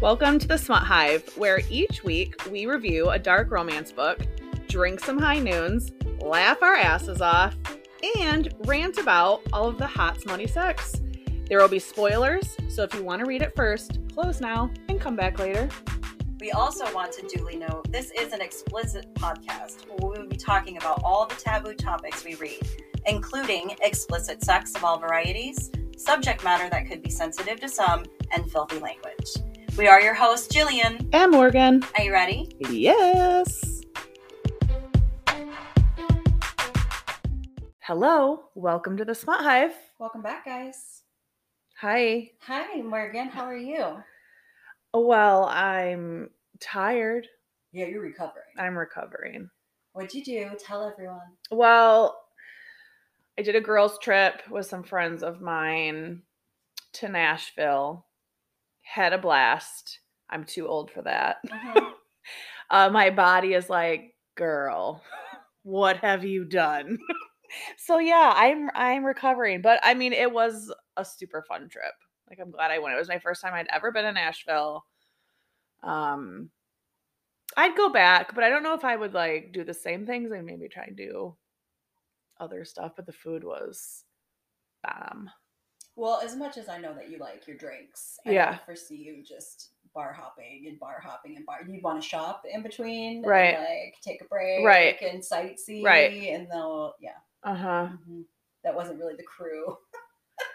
Welcome to the Smut Hive, where each week we review a dark romance book, drink some high noons, laugh our asses off, and rant about all of the hot, smutty sex. There will be spoilers, so if you want to read it first, close now and come back later. We also want to duly note this is an explicit podcast where we will be talking about all the taboo topics we read, including explicit sex of all varieties, subject matter that could be sensitive to some, and filthy language. We are your hosts, Jillian. And Morgan. Are you ready? Yes. Hello, welcome to the Smut Hive. Welcome back, guys. Hi. Hi, Morgan. How are you? Well, I'm tired. Yeah, you're recovering. I'm recovering. What'd you do? Tell everyone. Well, I did a girls' trip with some friends of mine to Nashville. Had a blast. I'm too old for that. Mhm. Uh, my body is like, girl, what have you done? so yeah, I'm I'm recovering, but I mean, it was a super fun trip. Like I'm glad I went. It was my first time I'd ever been to Nashville. Um, I'd go back, but I don't know if I would like do the same things. I maybe try and do other stuff, but the food was bomb. Well, as much as I know that you like your drinks, I Yeah. don't foresee you just bar hopping and bar hopping and bar. You want to shop in between, and, Right. like take a break, Right. and sightsee, Right. and they'll yeah. Uh huh. Mhm. That wasn't really the crew.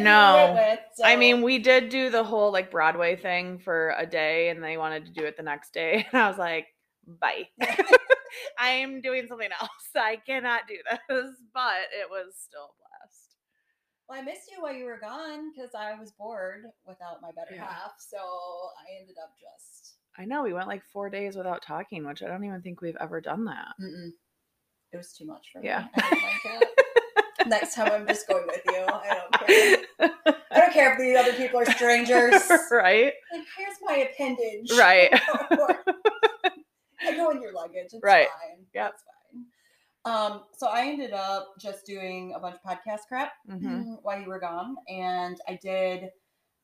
No. I so- mean, we did do the whole like Broadway thing for a day and they wanted to do it the next day. And I was like, bye. I am doing something else. I cannot do this. But it was still a blast. well, I missed you while you were gone because I was bored without my better Yeah. half, so I ended up just. I know we went like four days without talking, which I don't even think we've ever done that. Mm-mm. It was too much for me. Yeah. I didn't like it. Next time, I'm just going with you. I don't care. I don't care if the other people are strangers. right? like, here's my appendage. Right. I go in your luggage. It's Right. fine. Yep. It's fine. Um, so I ended up just doing a bunch of podcast crap Mhm. while you were gone. And I did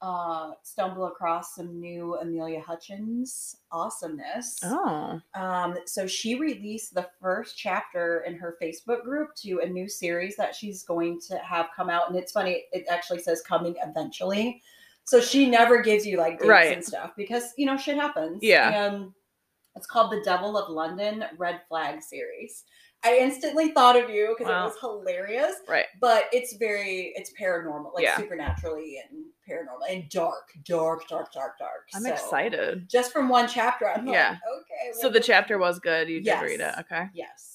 uh, stumble across some new Amelia Hutchins awesomeness. Oh. Um, so she released the first chapter in her Facebook group to a new series that she's going to have come out. And it's funny, it actually says coming eventually. So she never gives you like dates Right. and stuff because you know shit happens. Yeah. And it's called The Devil of London Red Flag series. I instantly thought of you because Wow. it was hilarious, Right. but it's very it's paranormal, like Yeah. supernaturally and paranormal and dark, dark, dark, dark, dark. I'm So, excited. Just from one chapter, I'm Yeah. like, okay. So well, the this- chapter was good. You did read it. Yes. Okay. Yes.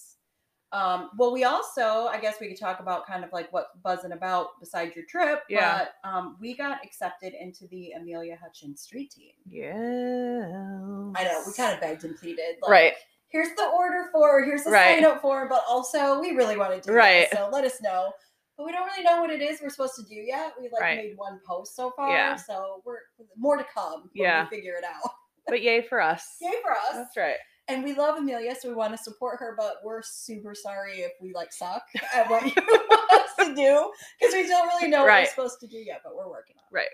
Um, well, we also, I guess we could talk about kind of like what buzzing about besides your trip. Yeah. But um, we got accepted into the Amelia Hutchins street team. Yeah. I know we kind of begged and pleaded. Like, Right. Here's the order for. Here's the Right. sign up for. But also, we really want to do Right. This, so let us know. But we don't really know what it is we're supposed to do yet. We like Right. made one post so far. Yeah. So we're more to come. When Yeah. We figure it out. But yay for us. Yay for us. That's right. and we love Amelia, so we want to support her, but we're super sorry if we like suck at what you want us to do because we don't really know what we're Right. supposed to do yet, but we're working on it. Right.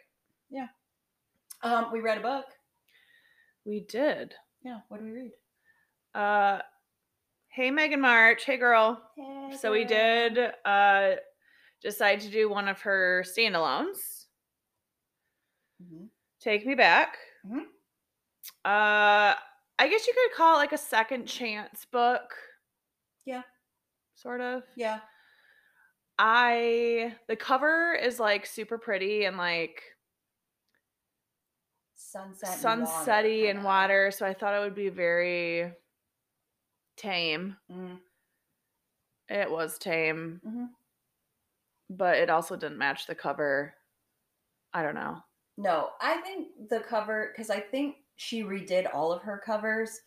Yeah. Um, we read a book. We did. Yeah. What did we read? Uh hey Megan March. Hey girl. So we did uh decide to do one of her standalones. Mhm. Take me back. Mhm. Uh I guess you could call it like a second chance book. Yeah. Sort of. Yeah. I the cover is like super pretty and like Sunset. and water, sunsetty and kinda. water, so I thought it would be very tame. Mm. It was tame, Mhm. but it also didn't match the cover. I don't know. No, I think the cover because I think she redid all of her covers.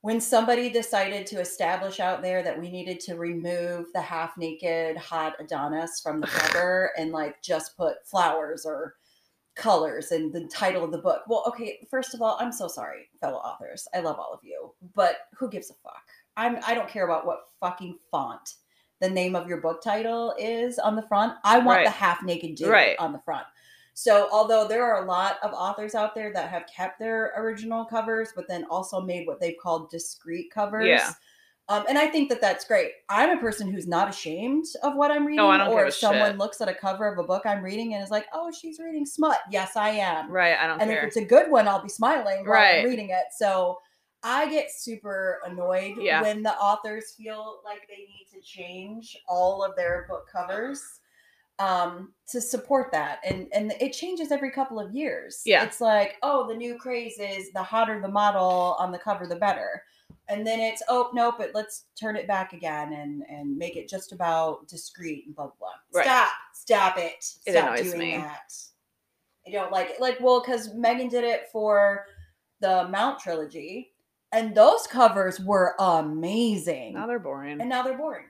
When somebody decided to establish out there that we needed to remove the half naked hot Adonis from the cover and like just put flowers or colors and the title of the book. Well, okay, first of all, I'm so sorry, fellow authors. I love all of you, but who gives a fuck? I'm I don't care about what fucking font the name of your book title is on the front. I want Right. the half naked dude Right. on the front. So, although there are a lot of authors out there that have kept their original covers, but then also made what they've called discrete covers. Yeah. Um, and I think that that's great. I'm a person who's not ashamed of what I'm reading. Oh, I don't or give a if someone shit. looks at a cover of a book I'm reading and is like, oh, she's reading smut. Yes, I am Right. I don't and if care. it's a good one, I'll be smiling while Right. I'm reading it. So I get super annoyed Yeah. when the authors feel like they need to change all of their book covers um, to support that, and and it changes every couple of years. Yeah. it's like oh, the new craze is the hotter the model on the cover, the better. And then it's oh no, but let's turn it back again and and make it just about discreet and blah blah. blah. Right. Stop, stop it, It stop annoys doing me. that. I don't like it. Like, well, because Megan did it for the Mount trilogy, and those covers were amazing. now they're boring. and now they're boring.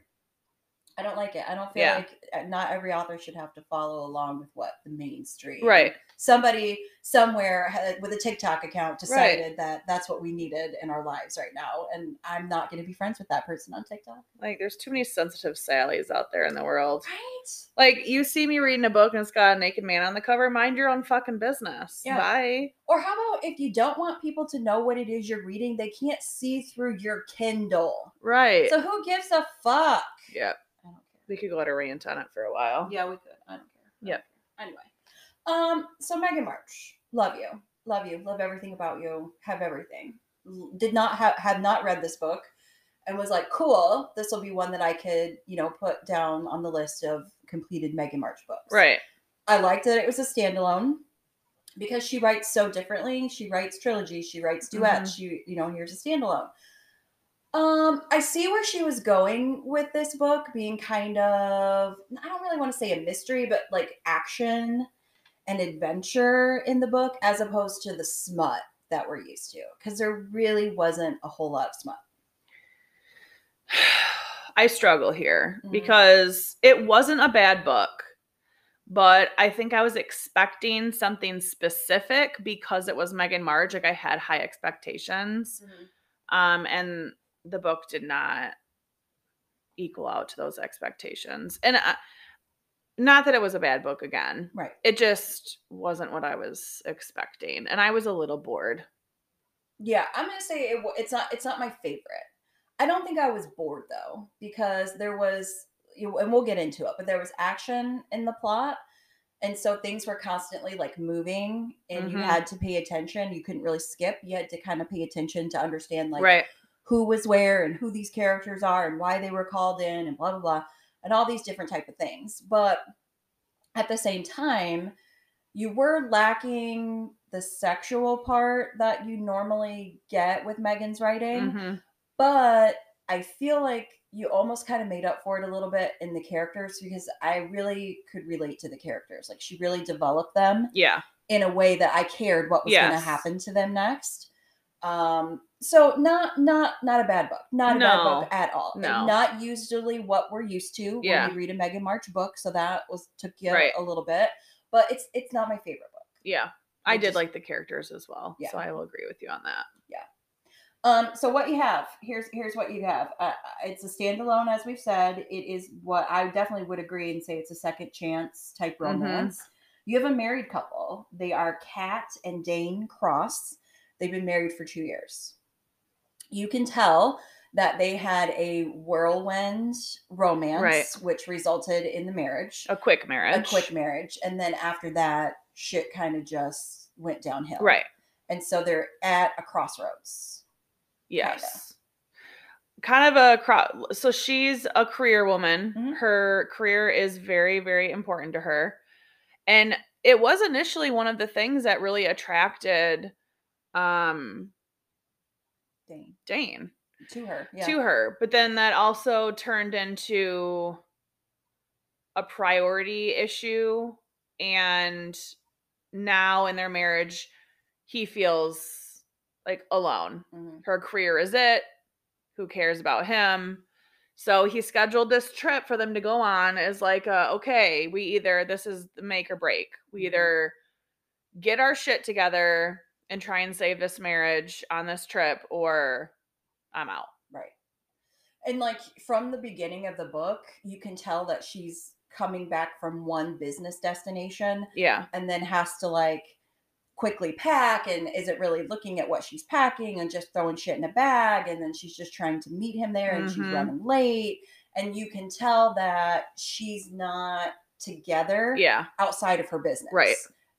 I don't like it. I don't feel Yeah. like uh, not every author should have to follow along with what the mainstream. Right. Somebody somewhere had, with a TikTok account decided that that's what we needed in our lives right now, and I'm not going to be friends with that person on TikTok. Like there's too many sensitive Sallys out there in the world. Right. Like you see me reading a book and it's got a naked man on the cover. Mind your own fucking business. Yeah. Bye. Or how about if you don't want people to know what it is you're reading, they can't see through your Kindle. Right. So who gives a fuck? yeah. I don't care. We could go on a rant on it for a while. Yeah, we could. I don't care. I don't Yep. care. Anyway, um, so Megan March, love you, love you, love everything about you, have everything. L- Did not have had not read this book, and was like, cool, this will be one that I could you know put down on the list of completed Megan March books. Right. I liked that it was a standalone because she writes so differently. She writes trilogies, she writes duets, she, you know, here's a standalone. Um, I see where she was going with this book being kind of I don't really want to say a mystery, but like action and adventure in the book as opposed to the smut that we're used to because there really wasn't a whole lot of smut. I struggle here Mhm. because it wasn't a bad book, but I think I was expecting something specific because it was Megan March. Like I had high expectations, Mm-hmm. um, and the book did not equal out to those expectations. And I, not that it was a bad book again, Right. it just wasn't what I was expecting, and I was a little bored. Yeah, I'm gonna say it, wa- it's not it's not my favorite. I don't think I was bored though because there was you- and we'll get into it, but there was action in the plot, and so things were constantly like moving, and you Mhm. had to pay attention. You couldn't really skip. You had to kind of pay attention to understand like right? who was where and who these characters are and why they were called in and blah blah blah and all these different type of things but at the same time you were lacking the sexual part that you normally get with megan's writing Mhm. but i feel like you almost kind of made up for it a little bit in the characters because i really could relate to the characters like she really developed them Yeah. in a way that I cared what was going Yes. to happen to them next. Um, so not not not a bad book, not a bad No. book at all. And No. not usually what we're used to Yeah. when you read a Megan March book. So that was took you Right. a little bit, but it's it's not my favorite book. Yeah. I I did just- like the characters as well. Yeah. So I will agree with you on that. Um, so what you have here's here's what you have. Uh, it's a standalone, as we've said. It is what I definitely would agree and say it's a second chance type Mhm. romance. You have a married couple. They are Kat and Dane Cross. They've been married for two years. You can tell that they had a whirlwind romance, Right. which resulted in the marriage, A quick marriage. a quick marriage, and then after that, shit kind of just went downhill. Right. And so they're at a crossroads. Yes. Kind of a cro- so she's a career woman. Mhm. Her career is very very important to her. And it was initially one of the things that really attracted um Dane Dane to her. Yeah. to her, but then that also turned into a priority issue and now in their marriage he feels like alone. Mhm. Her career is it. Who cares about him? So he scheduled this trip for them to go on as like a, okay, we either this is the make or break. We Mhm. either get our shit together and try and save this marriage on this trip or I'm out. Right. And like from the beginning of the book, you can tell that she's coming back from one business destination Yeah. and then has to like quickly pack and isn't really looking at what she's packing and just throwing shit in a bag and then she's just trying to meet him there and she's Mhm. running late and you can tell that she's not together Yeah. outside of her business Right.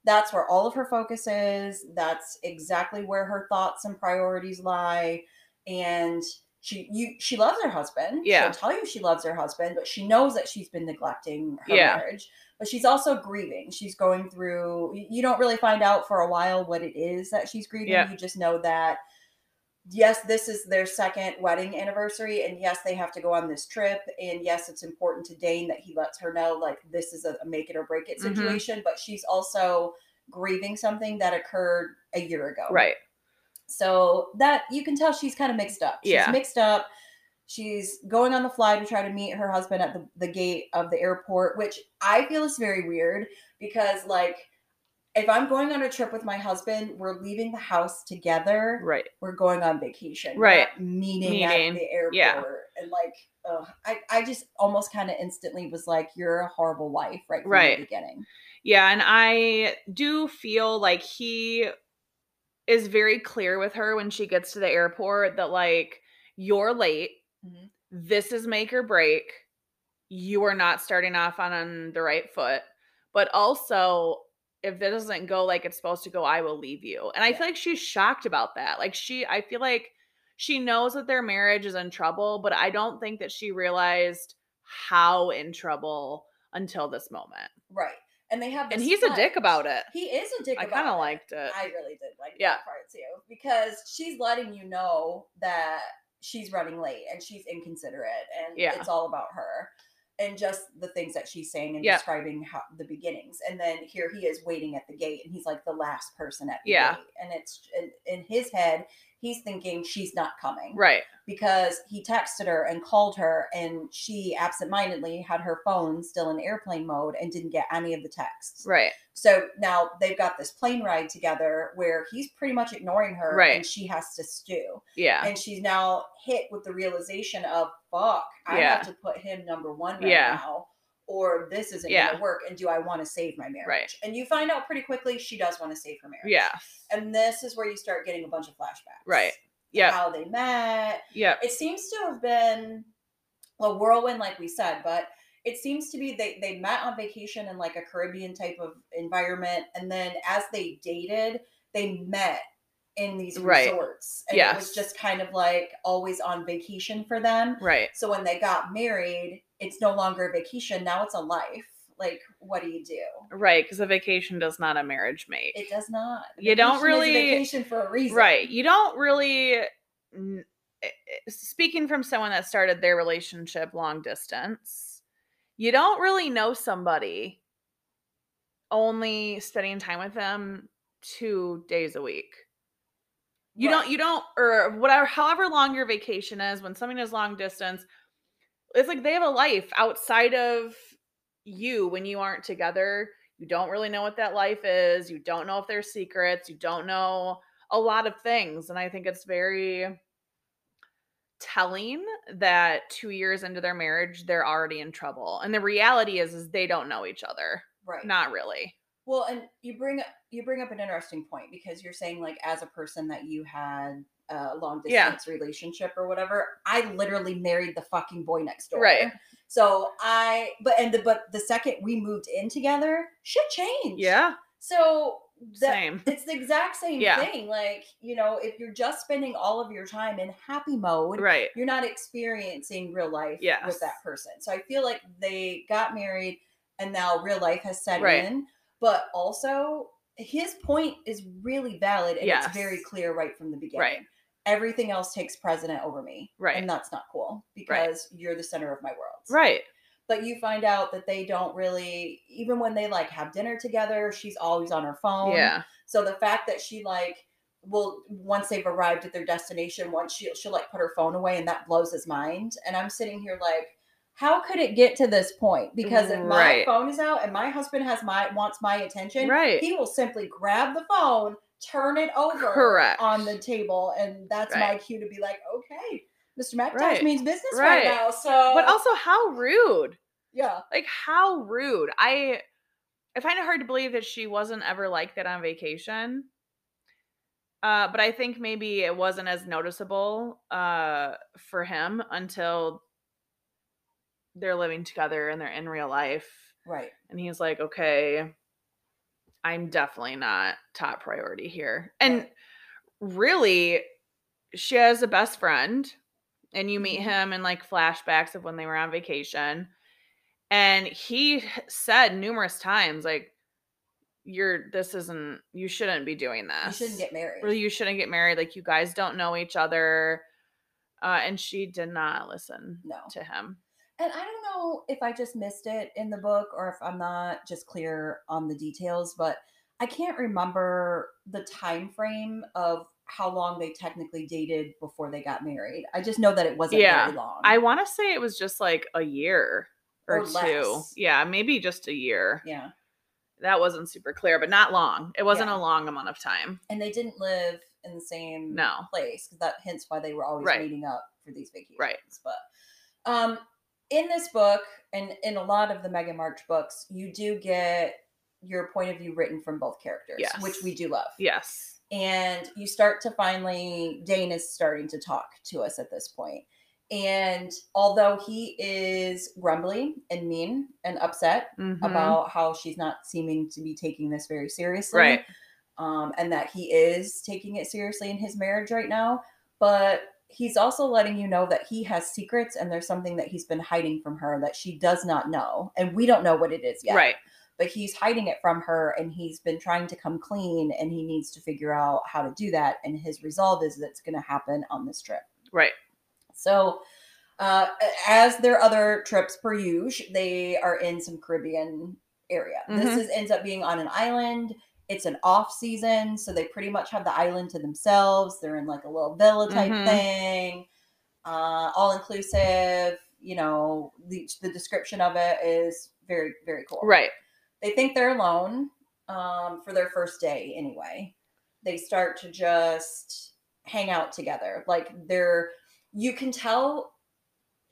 that's where all of her focus is that's exactly where her thoughts and priorities lie and she you she loves her husband Yeah. she'll tell you she loves her husband but she knows that she's been neglecting her Yeah. marriage but she's also grieving she's going through y- you don't really find out for a while what it is that she's grieving Yeah. you just know that yes this is their second wedding anniversary and yes they have to go on this trip and yes it's important to dane that he lets her know like this is a make it or break it Mhm. situation but she's also grieving something that occurred a year ago Right. so that you can tell she's kind of mixed up. She's Yeah. mixed up. She's going on the fly to try to meet her husband at the, the gate of the airport, which I feel is very weird because, like, if I'm going on a trip with my husband, we're leaving the house together. Right. We're going on vacation. We're Right. not Meeting, at Meeting. the airport. Yeah. And, like, ugh, I, I just almost kind of instantly was like, you're a horrible wife right from Right. the beginning. Yeah, and I do feel like he is very clear with her when she gets to the airport that like you're late. Mhm. This is make or break. You are not starting off on, on the right foot. But also, if it doesn't go like it's supposed to go, I will leave you. And I Yeah. feel like she's shocked about that. Like she I feel like she knows that their marriage is in trouble, but I don't think that she realized how in trouble until this moment Right. And they have and this he's a dick fight. about it. He is a dick I about kind of it. liked it. I really did like Uh, Yeah. that part too because she's letting you know that she's running late and she's inconsiderate and Yeah. it's all about her and just the things that she's saying and Yeah. describing how the beginnings and then here he is waiting at the gate and he's like the last person at the Yeah. gate and it's in, in his head he's thinking she's not coming right. because he texted her and called her and she absentmindedly had her phone still in airplane mode and didn't get any of the texts Right. so now they've got this plane ride together where he's pretty much ignoring her and Right. she has to stew. Yeah. And she's now hit with the realization of fuck, I Yeah. have to put him number one right Yeah. now. Or this isn't Yeah. gonna work. And do I want to save my marriage? And you find out pretty quickly she does want to save her marriage. yeah. And this is where you start getting a bunch of flashbacks. Right. to Yep. How they met, Yep. it seems to have been a whirlwind like we said but it seems to be they, they met on vacation in like a caribbean type of environment and then as they dated they met in these Right. resorts and it Yes. was just kind of like always on vacation for them Right. so when they got married it's no longer a vacation now it's a life like what do you do Right. Because a vacation does not a marriage make. it does not A You don't vacation is a really- vacation for a reason Right. You don't really. n- eh, eh, Speaking from someone that started their relationship long distance, you don't really know somebody only spending time with them two days a week. You Right. don't, you don't, or whatever, however long your vacation is, when something is long distance, it's like they have a life outside of you when you aren't together. You don't really know what that life is. You don't know if there's secrets. You don't know a lot of things. And I think it's very telling that two years into their marriage, they're already in trouble. And the reality is, is they don't know each other. right Not really. Well, and you bring up you bring up an interesting point because you're saying like as a person that you had a long Yeah. distance relationship or whatever. I literally married the fucking boy next door. Right. So I but and the but the second we moved in together, shit changed. Yeah. So that Same. it's the exact same Yeah. thing. Like, you know, if you're just spending all of your time in happy mode, Right. you're not experiencing real life with Yes. that person. So I feel like they got married and now real life has set Right. in. But also, his point is really valid and it's very Yes. clear right from the beginning. Right. Everything else takes precedent over me. Right. And that's not cool because you're the center of my world. Right. But you find out that they don't really, even when they like have dinner together, she's always on her phone. yeah. So the fact that she like will once they've arrived at their destination, once she she'll like put her phone away and that blows his mind. And I'm sitting here like, how could it get to this point? Because if my Right. phone is out and my husband has my wants my attention, Right. he will simply grab the phone, turn it over Correct. on the table, and that's my Right. cue to be like, okay, Mr. McIntosh Right. means business Right. right. now. So But also, how rude. Yeah. Like how rude. I I find it hard to believe that she wasn't ever like that on vacation. Uh, but I think maybe it wasn't as noticeable uh, for him until they're living together and they're in real life. Right. And he's like, okay, I'm definitely not top priority here. And really, she has a best friend, and you meet Mhm. him in like flashbacks of when they were on vacation. And he said numerous times, like, you're this isn't you shouldn't be doing this You shouldn't get married. or you shouldn't get married. Like you guys don't know each other. Uh, and she did not listen No. to him. And I don't know if I just missed it in the book or if I'm not just clear on the details, but I can't remember the time frame of how long they technically dated before they got married. I just know that it wasn't Yeah, very long. I want to say it was just like a year or, Or two. less. Yeah, maybe just a year. yeah. That wasn't super clear, but not long. It wasn't a Yeah. long amount of time. And they didn't live in the same No. place because that hints why they were always Right. meeting up for these vacations. Right. But um, in this book and in a lot of the Megan March books, you do get your point of view written from both characters, which Yes. we do love. Yes. and you start to finally Dane is starting to talk to us at this point. And although he is grumbly and mean and upset Mhm. about how she's not seeming to be taking this very seriously, right. um, and that he is taking it seriously in his marriage right now, but he's also letting you know that he has secrets and there's something that he's been hiding from her that she does not know, and we don't know what it is yet Right. but he's hiding it from her and he's been trying to come clean and he needs to figure out how to do that and his resolve is that's going to happen on this trip Right. so uh, as their other trips per usual they are in some caribbean area this Mhm. is ends up being on an island it's an off season so they pretty much have the island to themselves they're in like a little villa type Mhm. thing uh, all inclusive you know the, the description of it is very very cool Right. they think they're alone um, for their first day anyway they start to just hang out together like they're you can tell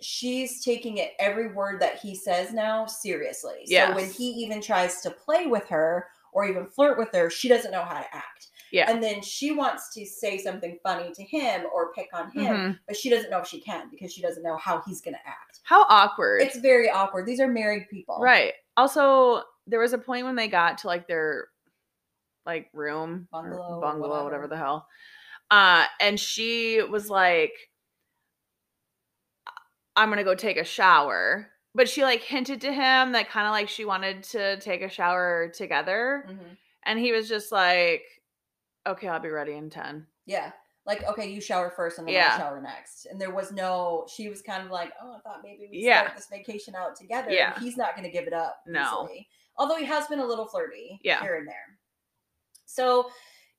she's taking it every word that he says now seriously so when Yes. he even tries to play with her or even flirt with her she doesn't know how to act Yeah. and then she wants to say something funny to him or pick on him Mhm. but she doesn't know if she can because she doesn't know how he's going to act How awkward. it's very awkward these are married people right. Also, there was a point when they got to like their like room or Bungalow, bungalow, whatever. whatever the hell. Uh, and she was like, I'm gonna go take a shower. But she like hinted to him that kind of like she wanted to take a shower together. Mhm. And he was just like, Okay, I'll be ready in 10. Yeah. Like, okay, you shower first and then Yeah. I'll shower next. And there was no, she was kind of like, oh, I thought maybe we Yeah. start this vacation out together. and Yeah. he's not going to give it up. No. easily. Although he has been a little flirty Yeah. here and there. So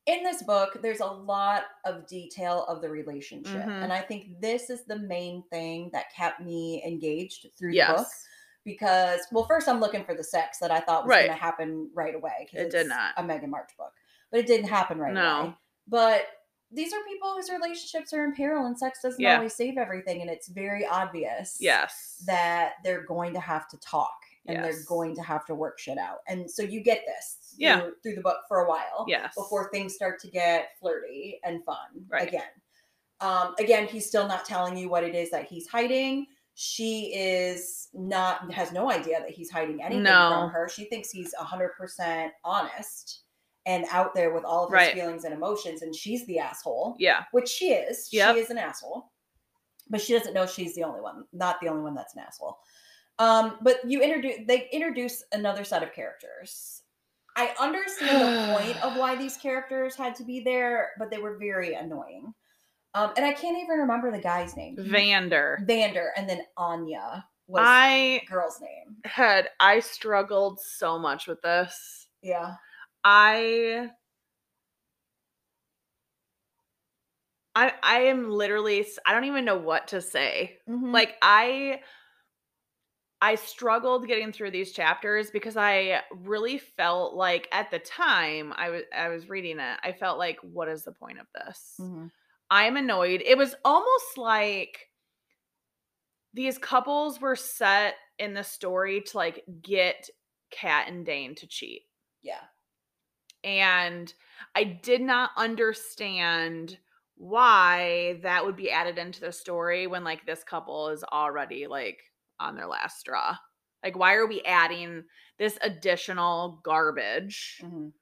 in this book, there's a lot of detail of the relationship. Mhm. And I think this is the main thing that kept me engaged through the book Yes. because well first i'm looking for the sex that i thought was Right. going to happen right away 'cause It did it's not. a megan march book but it didn't happen right No. away but these are people whose relationships are in peril and sex doesn't Yeah. always save everything and it's very obvious Yes. that they're going to have to talk and they're Yes. going to have to work shit out and so you get this Yeah. through, through the book for a while yes. before things start to get flirty and fun Right. again. Um, again, he's still not telling you what it is that he's hiding. She is not has no idea that he's hiding anything No. from her. She thinks he's hundred percent honest and out there with all of his Right. feelings and emotions, and she's the asshole, Yeah. which she is. Yep. She is an asshole, but she doesn't know she's the only one, not the only one that's an asshole. Um, but you introduce they introduce another set of characters. I understand the point of why these characters had to be there, but they were very annoying. Um, and I can't even remember the guy's name. Vander. Vander and then Anya Mm-hmm. was I the girl's name. had I struggled so much with this. Yeah. I I I am literally s- I don't even know what to say. Mhm. Like I I struggled getting through these chapters because I really felt like at the time I was I was reading it, I felt like what is the point of this? Mhm. I'm annoyed. It was almost like these couples were set in the story to like get Kat and Dane to cheat. Yeah. And I did not understand why that would be added into the story when like this couple is already like on their last straw. Like why are we adding this additional garbage Mhm.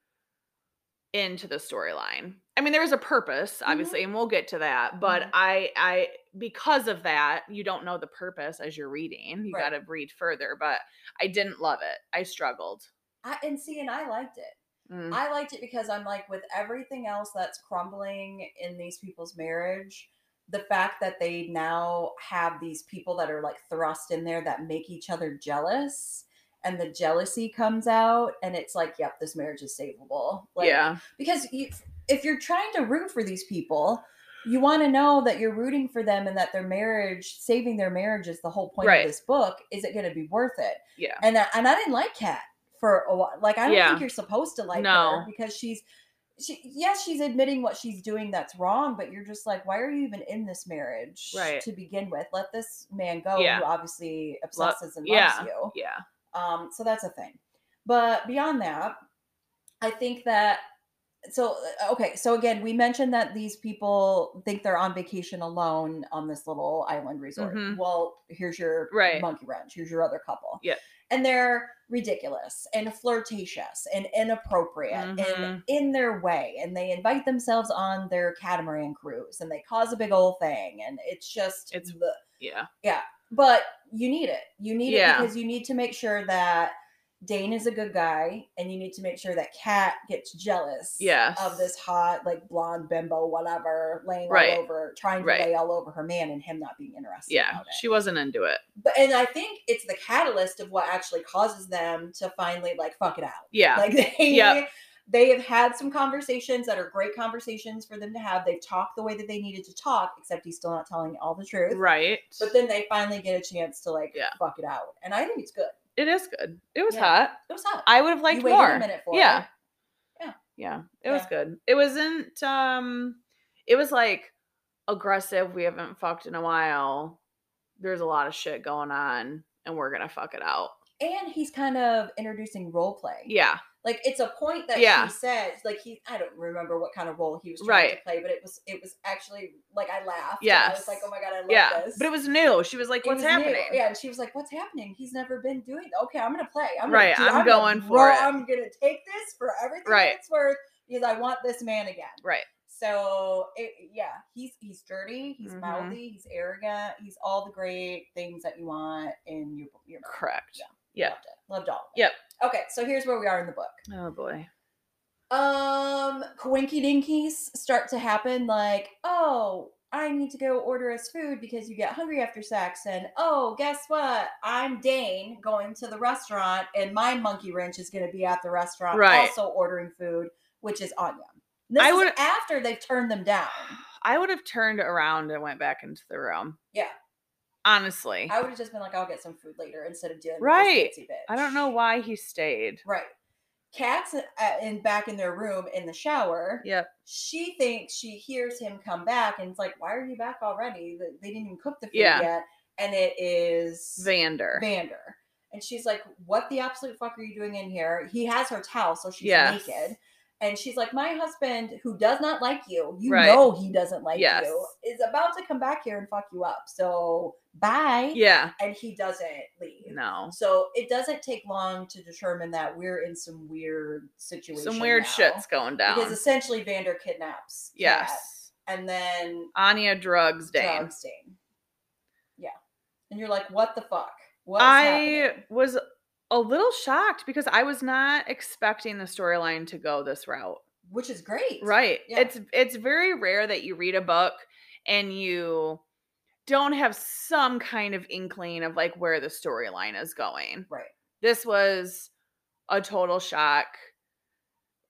into the storyline? I mean there was a purpose Mm-hmm. obviously and we'll get to that, but Mhm. I I because of that, you don't know the purpose as you're reading. You Right. got to read further, but I didn't love it. I struggled. I, and see, and I liked it. Mm. I liked it because I'm like, with everything else that's crumbling in these people's marriage, the fact that they now have these people that are like thrust in there that make each other jealous and the jealousy comes out and it's like, yep, this marriage is savable. Like, yeah. Because you, if you're trying to root for these people, you want to know that you're rooting for them and that their marriage, saving their marriage is the whole point Right. of this book. Is it going to be worth it? Yeah. and I, and I didn't like Kat for a while. Like I don't Yeah. think you're supposed to like No. her because she's she yes she's admitting what she's doing that's wrong, but you're just like why are you even in this marriage Right. to begin with? Let this man go Yeah. who obviously obsesses and yeah. loves you. Yeah. Um, so that's a thing. But beyond that, I think that so uh, okay. So again, we mentioned that these people think they're on vacation alone on this little island resort. Mhm. Well, here's your Right. monkey wrench. Here's your other couple. Yeah. and they're ridiculous and flirtatious and inappropriate and Mhm. in their way. And they invite themselves on their catamaran cruise and they cause a big old thing. And it's just It's- the, Yeah. but you need it. You need Yeah. it because you need to make sure that Dane is a good guy, and you need to make sure that Kat gets jealous Yes. of this hot, like blonde bimbo, whatever, laying Right. all over, trying to Right. lay all over her man, and him not being interested. Yeah. about it. She wasn't into it. but and I think it's the catalyst of what actually causes them to finally like fuck it out. Yeah. Like they Yep. they have had some conversations that are great conversations for them to have. They've talked the way that they needed to talk, except he's still not telling all the truth. right. But then they finally get a chance to like Yeah. fuck it out. And I think it's good. it is good. It was Yeah. hot. It was hot. I would have liked you waited more. a minute for yeah. it. Yeah. Yeah. It was Yeah. good. It wasn't um it was like aggressive. We haven't fucked in a while. There's a lot of shit going on and we're gonna fuck it out. And he's kind of introducing role play. Yeah. Like it's a point that Yeah. he says, like he I don't remember what kind of role he was trying to Right. play, but it was it was actually like I laughed. and I Yes. was like, oh my god, I love yeah. this. But it was new. She was like, It What's was new. happening? Yeah, and she was like, "What's happening? He's never been doing. Okay, I'm gonna play. I'm Right, Gonna do- I'm gonna going for roll- it. I'm gonna take this for everything that Right. it's worth because I want this man again. Right. So it, yeah, he's he's dirty, he's Mhm. mouthy, he's arrogant, he's all the great things that you want in your your book. Correct. Yeah. Yeah. Loved it. Loved all. of it. Yep. Okay, so here's where we are in the book. Oh boy. Um, coinky dinkies start to happen like, oh, I need to go order us food because you get hungry after sex. And oh, guess what? I'm Dane going to the restaurant, and my monkey wrench is going to be at the restaurant, Right. also ordering food, which is Anya. This I is would- after they've turned them down. I would have turned around and went back into the room. Yeah. Honestly. I would have just been like, I'll get some food later instead of dealing Right. with this ditzy bitch. I don't know why he stayed. Right. Cat's uh, in back in their room in the shower. Yep. she thinks she hears him come back and it's like, why are you back already? They- They didn't even cook the food Yeah. yet. And it is Vander. Vander. And she's like, what the absolute fuck are you doing in here? He has her towel, so she's Yes. naked. And she's like, my husband, who does not like you, you Right. know he doesn't like Yes. you, is about to come back here and fuck you up. So bye. yeah. And he doesn't leave. No. So it doesn't take long to determine that we're in some weird situation. Some weird now. shit's going down. Because essentially Vander kidnaps. Kat Yes. and then Anya drugs Dane. John Stain. Yeah. And you're like, what the fuck? What's I happening? was a little shocked because I was not expecting the storyline to go this route. Which is great. Right. Yeah. It's it's very rare that you read a book and you don't have some kind of inkling of like where the storyline is going. Right. This was a total shock.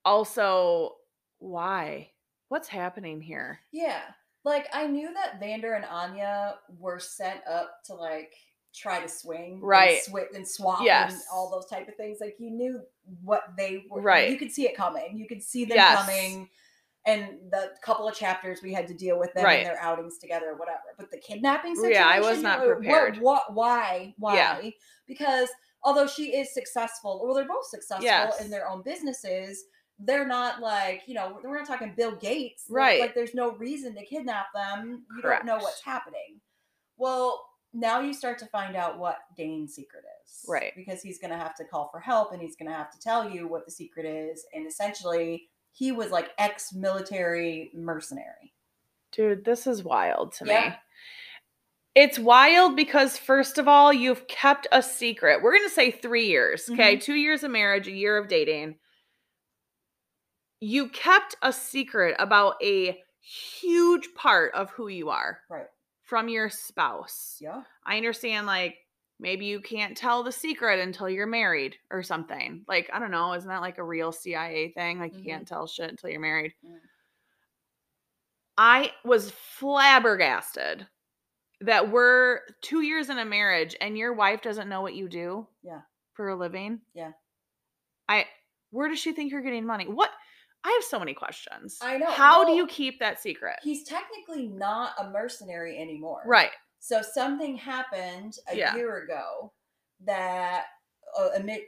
Also, why? What's happening here? Yeah. Like I knew that Vander and Anya were set up to like try to swing and Right. swi- and swap and Yes. all those type of things. Like you knew what they were Right. You could see it coming. You could see them Yes. coming. and the couple of chapters we had to deal with them Right. and their outings together or whatever. But the kidnapping situation, Yeah, I was not what- prepared. What, why? Why? Yeah. Because although she is successful, well, they're both successful Yes. in their own businesses. They're not like you know we're not talking Bill Gates, Like- Right. Like there's no reason to kidnap them. You don't know Correct. what's happening. Well, now you start to find out what Dane's secret is. Right. Because he's going to have to call for help and he's going to have to tell you what the secret is. And essentially, he was like ex military mercenary. Dude, this is wild to Yeah. me. It's wild because, first of all, you've kept a secret. We're going to say three years, okay? Two years of marriage, a year of dating. You kept a secret about a huge part of who you are Right. from your spouse. Yeah. I understand, like, maybe you can't tell the secret until you're married or something. Like, I don't know. Isn't that like a real CIA thing? Like, Mhm. you can't tell shit until you're married. Mm. I was flabbergasted that we're two years in a marriage and your wife doesn't know what you do. Yeah. For a living. Yeah. I, where does she think you're getting money? What? I have so many questions. I know, How do well, you keep that secret? He's technically not a mercenary anymore. Right. So something happened a Yeah. year ago that uh, amid.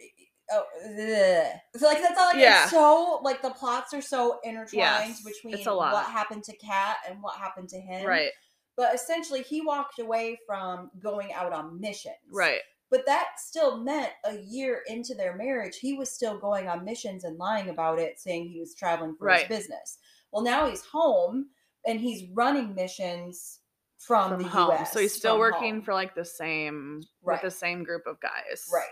Oh, ugh. so like that's all. Like, Yeah. It's so like the plots are so intertwined Yes, it's a between what lot. happened to Kat and what happened to him. Right. But essentially, he walked away from going out on missions. Right. But that still meant a year into their marriage, he was still going on missions and lying about it, saying he was traveling for Right. his business. Well, now he's home and he's running missions from, from the home. U.S. So he's still from working home. for like the same Right. with the same group of guys. Right.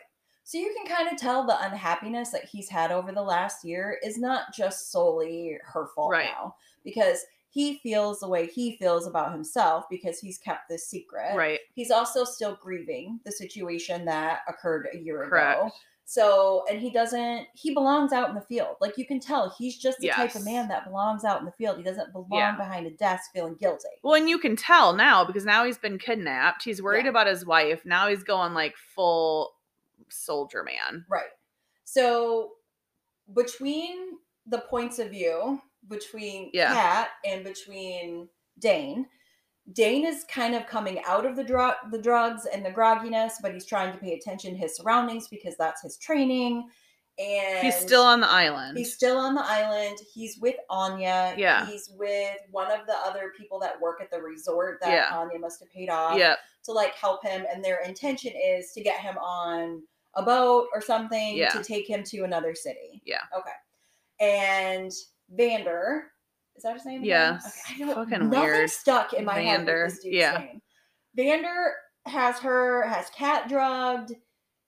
So you can kind of tell the unhappiness that he's had over the last year is not just solely her fault Right. now because he feels the way he feels about himself because he's kept this secret. Right. He's also still grieving the situation that occurred a year ago. Correct. So, and he doesn't, he belongs out in the field. Like you can tell he's just the type of Yes. man that belongs out in the field. He doesn't belong Yeah. behind a desk feeling guilty. Well, and you can tell now because now he's been kidnapped. He's worried Yeah. about his wife. Now he's going like full soldier man. Right. So between the points of view, between Yeah. Kat and between Dane, Dane is kind of coming out of the drug the drugs and the grogginess, but he's trying to pay attention to his surroundings because that's his training. And He's still on the island. He's still on the island. He's with Anya. Yeah. He's with one of the other people that work at the resort that Yeah. Anya must have paid off yep. to like help him and their intention is to get him on a boat or something Yeah. to take him to another city. Yeah. Okay. And Vander, is that his name? again? Yes. Okay, I don't, Fucking nothing weird. stuck in my head. Vander, With this dude's yeah. Name. Vander has her has cat drugged.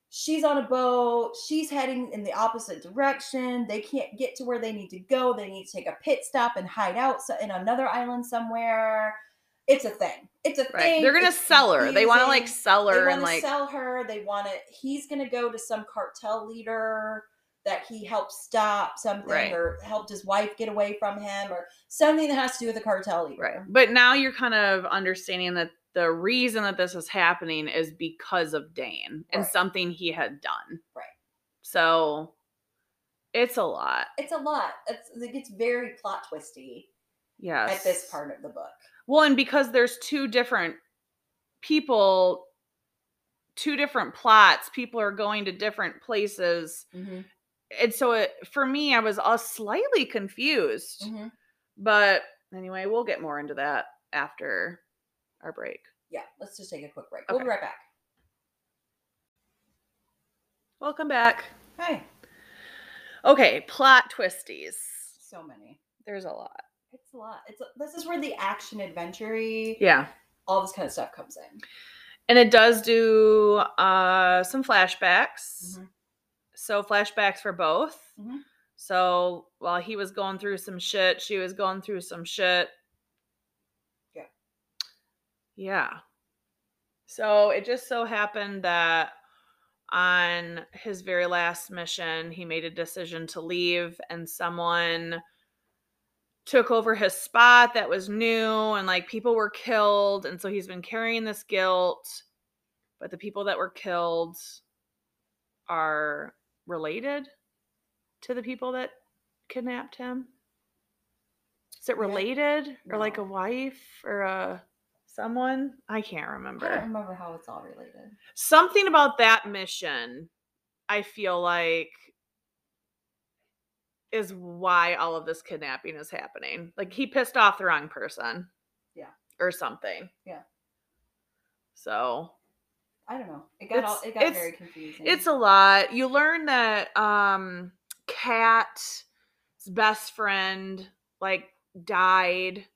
She's on a boat. She's heading in the opposite direction. They can't get to where they need to go. They need to take a pit stop and hide out so- in another island somewhere. It's a thing. It's a Right. thing. They're gonna It's sell her. They want to like confusing. sell They her want and to like sell her. They want to. He's gonna go to some cartel leader that he helped stop something Right. or helped his wife get away from him or something that has to do with the cartel leader. right. But now you're kind of understanding that the reason that this is happening is because of Dane and Right. something he had done. Right. So it's a lot. It's a lot. It's, it gets very plot twisty Yes. at this part of the book. Well, and because there's two different people, two different plots, people are going to different places. And so it, for me, I was uh, slightly confused. Mhm. But anyway, we'll get more into that after our break. Yeah. Let's just take a quick break. We'll be Okay. right back. Welcome back. Hi. Okay, plot twisties. So many. There's a lot. It's a lot. It's a, this is where the action adventure, Yeah. all this kind of stuff comes in. And it does do uh, some flashbacks. Mhm. so flashbacks for both. Mhm. So while he was going through some shit, she was going through some shit. Yeah. Yeah. So it just so happened that on his very last mission, he made a decision to leave and someone took over his spot that was new and like people were killed and so he's been carrying this guilt but the people that were killed are related to the people that kidnapped him. Is it Yeah. related or like No. a wife or a someone? I can't I don't remember. remember how it's all related. Something about that mission, I feel like is why all of this kidnapping is happening. Like he pissed off the wrong person. Yeah. Or something. Yeah. So I don't know. It got all It's- it got it's- very confusing. It's a lot. You learn that um Kat's best friend like died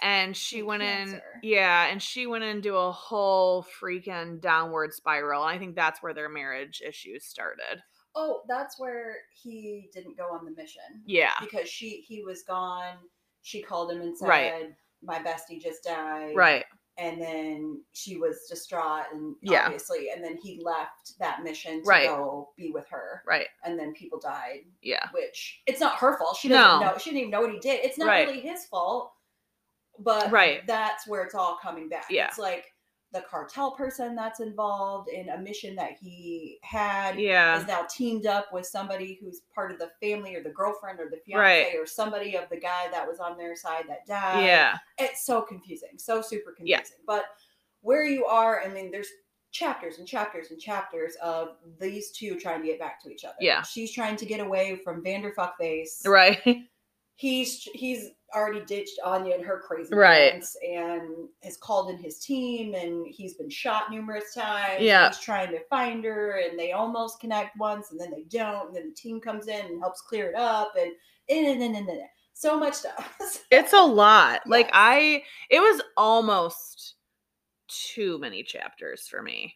and she Like went in cancer. yeah, and she went into a whole freaking downward spiral. I think that's where their marriage issues started. oh, that's where he didn't go on the mission. Yeah. because she he was gone. She called him and said, Right. "My bestie just died." Right. and then she was distraught and Yeah. obviously, and then he left that mission to Right. go be with her, Right. and then people died. Yeah. Which it's not her fault. She doesn't No. know. She didn't even know what he did. It's not Right. really his fault. But Right. that's where it's all coming back. Yeah. It's like the cartel person that's involved in a mission that he had Yeah. is now teamed up with somebody who's part of the family or the girlfriend or the Right. fiance or somebody of the guy that was on their side that died. Yeah. It's so confusing, so super Yeah. confusing. But where you are, I mean, there's chapters and chapters and chapters of these two trying to get back to each other. Yeah. She's trying to get away from Vanderfuckface. Right. He's he's already ditched Anya and her crazy Right. pants and has called in his team and he's been shot numerous times. Yeah. He's trying to find her and they almost connect once and then they don't. And then the team comes in and helps clear it up and and and and, and, and. so much stuff. It's a lot. Like Yes. I it was almost too many chapters for me.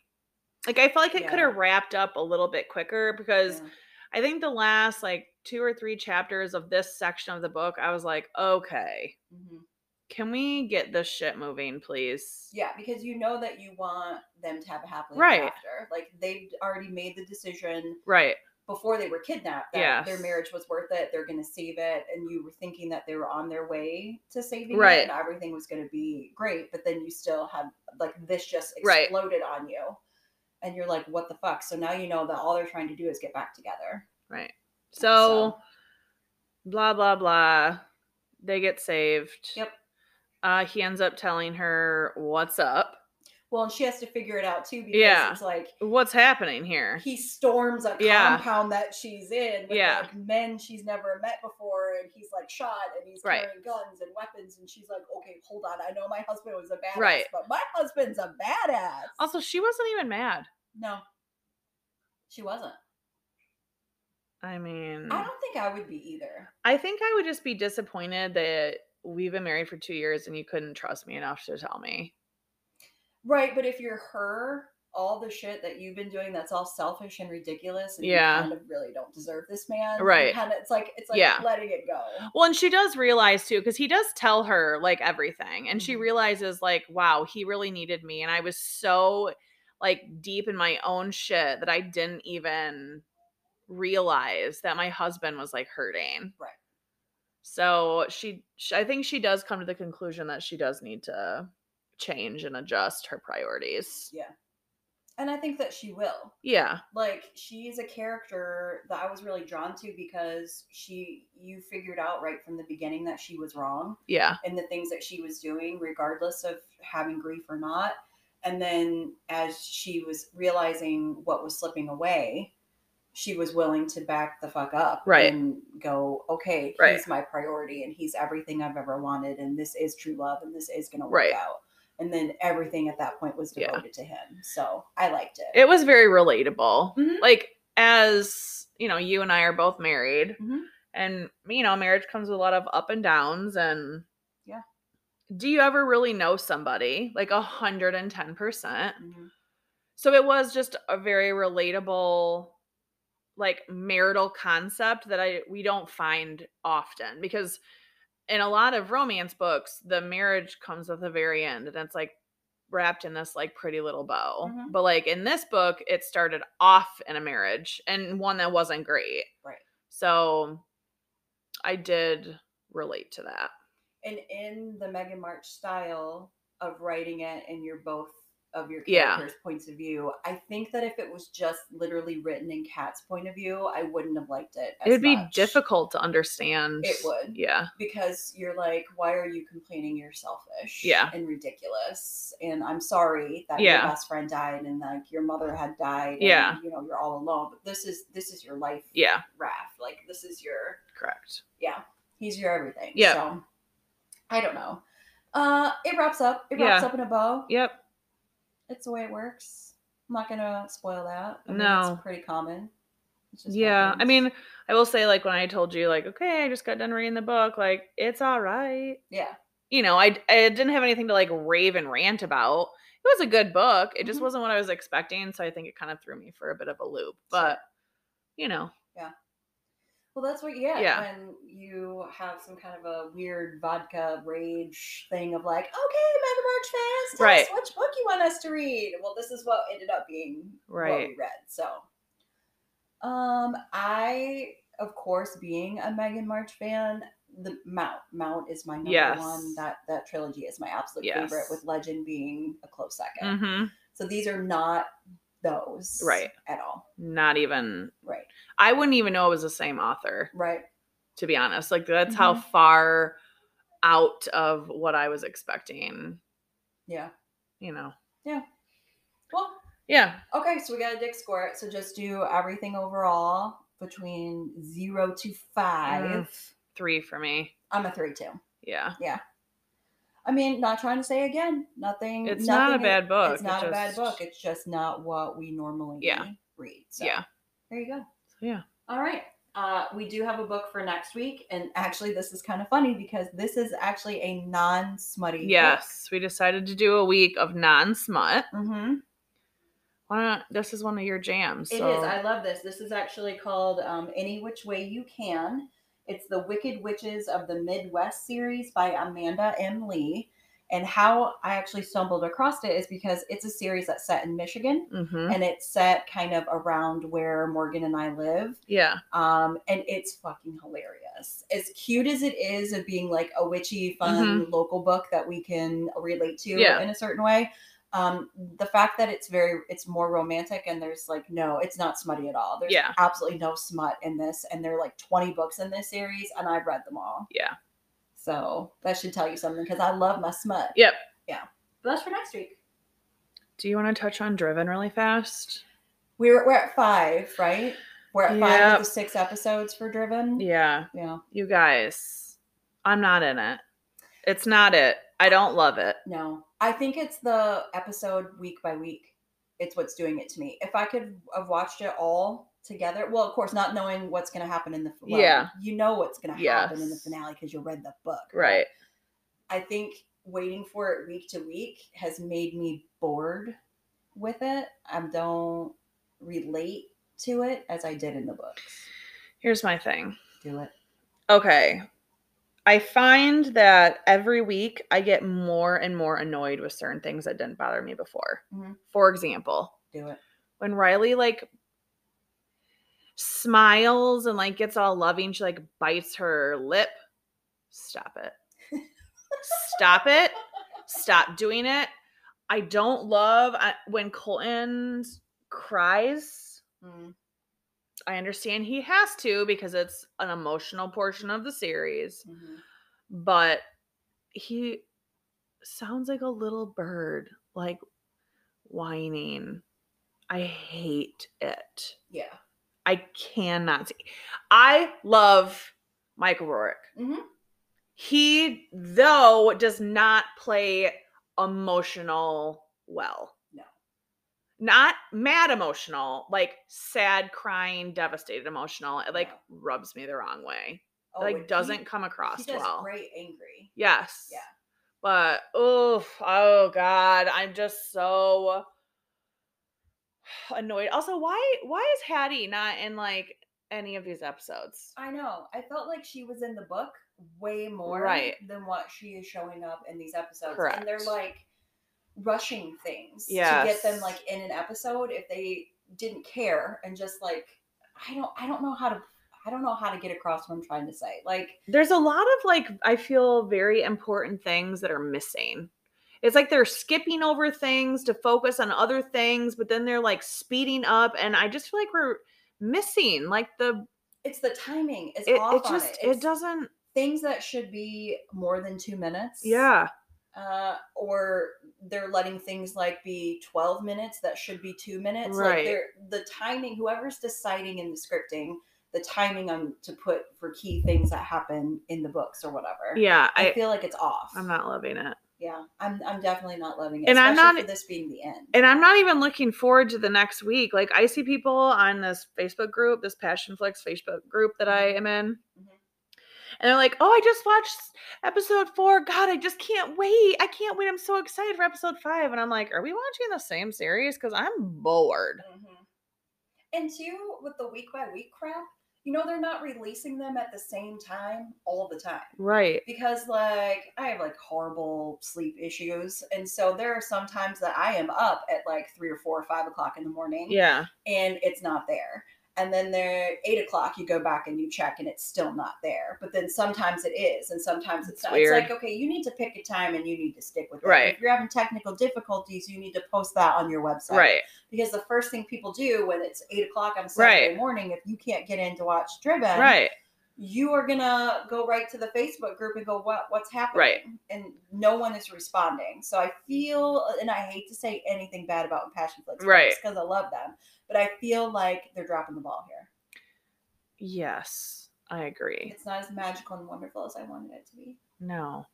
Like I felt like it could Yeah. have wrapped up a little bit quicker because Yeah. I think the last like two or three chapters of this section of the book, I was like, okay, Mhm. can we get this shit moving, please? Yeah, because you know that you want them to have a happily Right. ever after. Like they've already made the decision Right. before they were kidnapped that their Yes. marriage was worth it. They're going to save it, and you were thinking that they were on their way to saving Right. it, and everything was going to be great. But then you still had like this just Right. exploded on you, and you're like, "What the fuck?" So now you know that all they're trying to do is get back together. Right. So, blah, blah, blah. They get saved. Yep. Uh, he ends up telling her what's up, Well, and she has to figure it out too because Yeah. it's like what's happening here. he storms a Yeah. compound that she's in with Yeah. like men she's never met before and he's like shot and he's Right. carrying guns and weapons and she's like okay hold on i know my husband was a badass Right. but my husband's a badass Also, she wasn't even mad. no she wasn't I mean, i don't think i would be either I think I would just be disappointed that we've been married for two years and you couldn't trust me enough to tell me. right but if you're her all the shit that you've been doing that's all selfish and ridiculous and Yeah. you kind of really don't deserve this man you Right. kinda, it's like it's like Yeah. letting it go Well, and she does realize too, because he does tell her like everything, and she Mhm. realizes like, wow, he really needed me, and I was so like deep in my own shit that I didn't even realize that my husband was like hurting. Right. So she, sh I think she does come to the conclusion that she does need to change and adjust her priorities. and i think that she will Yeah. like she's a character that I was really drawn to because she you figured out right from the beginning that she was wrong Yeah. and the things that she was doing regardless of having grief or not and then as she was realizing what was slipping away she was willing to back the fuck up Right. and go okay he's Right. my priority and he's everything I've ever wanted and this is true love and this is going to work Right. out and then everything at that point was Yeah. devoted to him so I liked it It was very relatable. Mhm. Like, as you know, you and I are both married. Mhm. and you know marriage comes with a lot of up and downs and Yeah. do you ever really know somebody like 110% Mhm. so it was just a very relatable like marital concept that i we don't find often because in a lot of romance books the marriage comes at the very end and it's like wrapped in this like pretty little bow Mhm. but like in this book it started off in a marriage and one that wasn't great Right. so i did relate to that and in the Megan March style of writing it, and you're both of your Yeah. character's points of view. I think that if it was just literally written in Cat's point of view, I wouldn't have liked it. as it would be much. difficult to understand. It would. Yeah. because you're like, why are you complaining? You're selfish, Yeah. and ridiculous. And I'm sorry that Yeah. your best friend died, and like your mother had died. and, Yeah. you know you're all alone. But this is this is your life Yeah. raft. Like this is your Correct. yeah, he's your everything. Yeah. So I don't know. Uh, it wraps up. It wraps Yeah. up in a bow. Yep. It's the way it works. I'm not gonna spoil that. I No. it's pretty common. It's just Yeah. I happens. mean, I will say, like, when I told you, like, okay, I just got done reading the book, like, it's all right. yeah, You know, I, I didn't have anything to like rave and rant about. It was a good book. It just Mhm. wasn't what I was expecting. So I think it kind of threw me for a bit of a loop. But, you know, Well, that's what you get Yeah. when you have some kind of a weird vodka rage thing of like, okay, Mega March Fest, tell Right. us which book you want us to read. Well, this is what ended up being what we Right. read. So, um, I, of course, being a Megan March fan, the Mount Mount is my number Yes. one. That that trilogy is my absolute favorite, Yes. with Legend being a close 2nd hmm So these are not those Right. at all. not even, Right, I wouldn't even know it was the same author, right, to be honest. Like, that's how Mm-hmm. far out of what I was expecting, yeah. you know. Well, Yeah. Okay, so we got a dick score. it. So just do everything overall between zero to five. Three for me. I'm a three two. Yeah. I mean, not trying to say again, nothing. It's not a nothing- bad book, It's it not a bad just- book. It's just not what we normally Yeah. read. So Yeah. there you go. So, yeah. All right. Uh, we do have a book for next week, and actually, this is kind of funny because this is actually a non-smutty. Yes, we decided to do a week of non-smut. Book. Mm-hmm. Why not? This is one of your jams. It is. so- I love this. This is actually called um, Any Which Way You Can. It's the Wicked Witches of the Midwest series by Amanda M. Lee. And how I actually stumbled across it is because it's a series that's set in Michigan Mhm. and it's set kind of around where Morgan and I live. Yeah. Um, and it's fucking hilarious. As cute as it is of being like a witchy, fun local book that we can relate to Mm-hmm. Yeah. in a certain way. Um, the fact that it's very it's more romantic and there's like no, it's not smutty at all. There's Yeah. absolutely no smut in this, and there are like 20 books in this series, and I've read them all. Yeah. So that should tell you something because I love my smut. Yep. Yeah. But that's for next week. Do you want to touch on Driven really fast? We're we're at five, right? We're at five Yep. of the six episodes for Driven. Yeah. Yeah. You guys, I'm not in it. It's not it. I don't love it. No, I think it's the episode week by week. It's what's doing it to me. If I could have watched it all together, well, of course, not knowing what's going to happen in the well, Yeah. you know what's going to happen in the Yes. finale because you read the book, but Right. I think waiting for it week to week has made me bored with it. I don't relate to it as I did in the books. Here's my thing. Do it. Okay. I find that every week I get more and more annoyed with certain things that didn't bother me before. Mhm. For example, Do it. when Riley like smiles and like gets all loving, she like bites her lip. Stop it. Stop it. Stop doing it. I don't love I, when Colton cries. Mm, I understand he has to because it's an emotional portion of the series, mhm. but he sounds like a little bird, like whining. I hate it. Yeah. I cannot see. I love Michael Rorick. Mhm. He, though, does not play emotional well. No. Not mad emotional, like sad, crying, devastated emotional. It like No. rubs me the wrong way. It, Oh, like and he- doesn't come across He does well. great angry. Yes. Yeah. But oof, oh god, I'm just so annoyed. Also, why why is Hattie not in like any of these episodes? I know. I felt like she was in the book way more Right. than what she is showing up in these episodes. And Correct. they're like rushing things to get them Yes. like in an episode if they didn't care and just like I don't I don't know how to I don't know how to get across what I'm trying to say. Like There's a lot of like I feel very important things that are missing. It's like they're skipping over things to focus on other things, but then they're like speeding up. And I just feel like we're missing like the It's the timing. It's it, off it just on it. it It's doesn't things that should be more than two minutes. yeah Uh, or they're letting things like be 12 minutes that should be two minutes. Like Right. they're the timing, whoever's deciding in the scripting, the timing on to put for key things that happen in the books or whatever. yeah I, I feel like it's off. I'm not loving it. Yeah, I'm. I'm definitely not loving it. And I'm especially not- for this being the end. and I'm not even looking forward to the next week. Like I see people on this Facebook group, this Passion Flicks Facebook group that I am in. Mhm. And they're like, "Oh, I just watched episode 4. God, I just can't wait. I can't wait. I'm so excited for episode 5." And I'm like, "Are we watching the same series cuz I'm bored." Mhm. And two, with the week by week crap, you know they're not releasing them at the same time all the time Right. because like I have like horrible sleep issues, and so there are some times that I am up at like three or four or five o'clock in the morning, Yeah. and it's not there. And then there eight o'clock, you go back and you check, and it's still not there. But then sometimes it is, and sometimes it's It's not. weird. It's like okay, you need to pick a time and you need to stick with it. Right. If you're having technical difficulties, you need to post that on your website Right. because the first thing people do when it's eight o'clock on a Saturday Right. morning, if you can't get in to watch Driven, Right. you are gonna go right to the Facebook group and go, "What? What's happening?" Right. And no one is responding. So I feel, and I hate to say anything bad about Passion Flicks, Right. Because I love them, but I feel like they're dropping the ball here. Yes. I agree. It's not as magical and wonderful as I wanted it to be. No.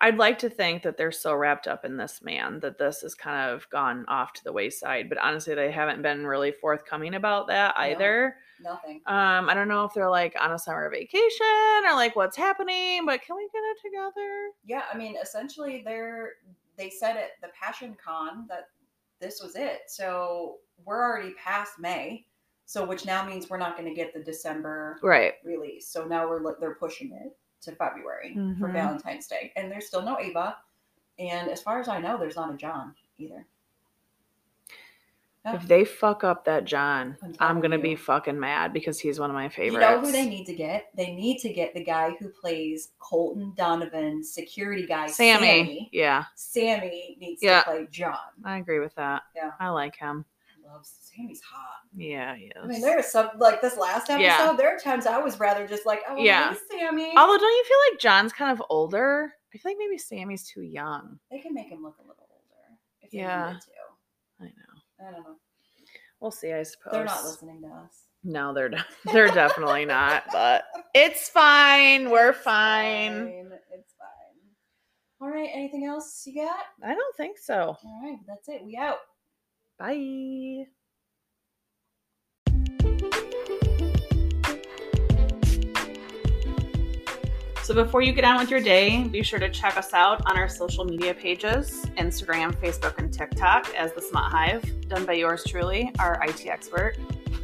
I'd like to think that they're so wrapped up in this man that this has kind of gone off to the wayside, but honestly, they haven't been really forthcoming about that No. either. Nothing. Um, I don't know if they're like on a summer vacation or like what's happening, but can we get it together? Yeah, I mean, essentially, they're they said at the Passion Con that this was it. So we're already past May, so which now means we're not going to get the December Right. release. So now we're look- they're pushing it to February for Mhm. Valentine's Day, and there's still no Ava, and as far as I know, there's not a John either. Yeah. If they fuck up that John, I'm I'm telling gonna be you. fucking mad because he's one of my You favorites. know who they need to get? They need to get the guy who plays Colton Donovan, security guy Sammy. Sammy, Yeah, Sammy needs Yeah. to play John. I agree with that. Yeah. I like him. I love Sammy's hot. Yeah, he is. I mean, there are some like this last episode. Yeah. There are times I was rather just like, oh, yeah, Yeah. Sammy. Although, don't you feel like John's kind of older? I feel like maybe Sammy's too young. they can make him look a little older if they Yeah. needed to. I know. I don't know. We'll see. I suppose They're not listening to us. No, they're de- they're definitely not. But it's fine. We're It's fine. fine. It's fine. All right. Anything else you got? I don't think so. All right. That's it. We out. Bye. So before you get on with your day, be sure to check us out on our social media pages Instagram, Facebook, and TikTok as The Smut Hive, done by yours truly, our IT expert.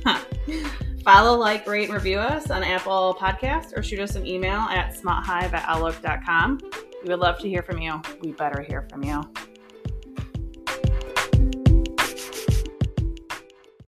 Follow, like, rate, and review us on Apple Podcasts or shoot us an email at smuthive at outlook.com. We would love to hear from you. We better hear from you.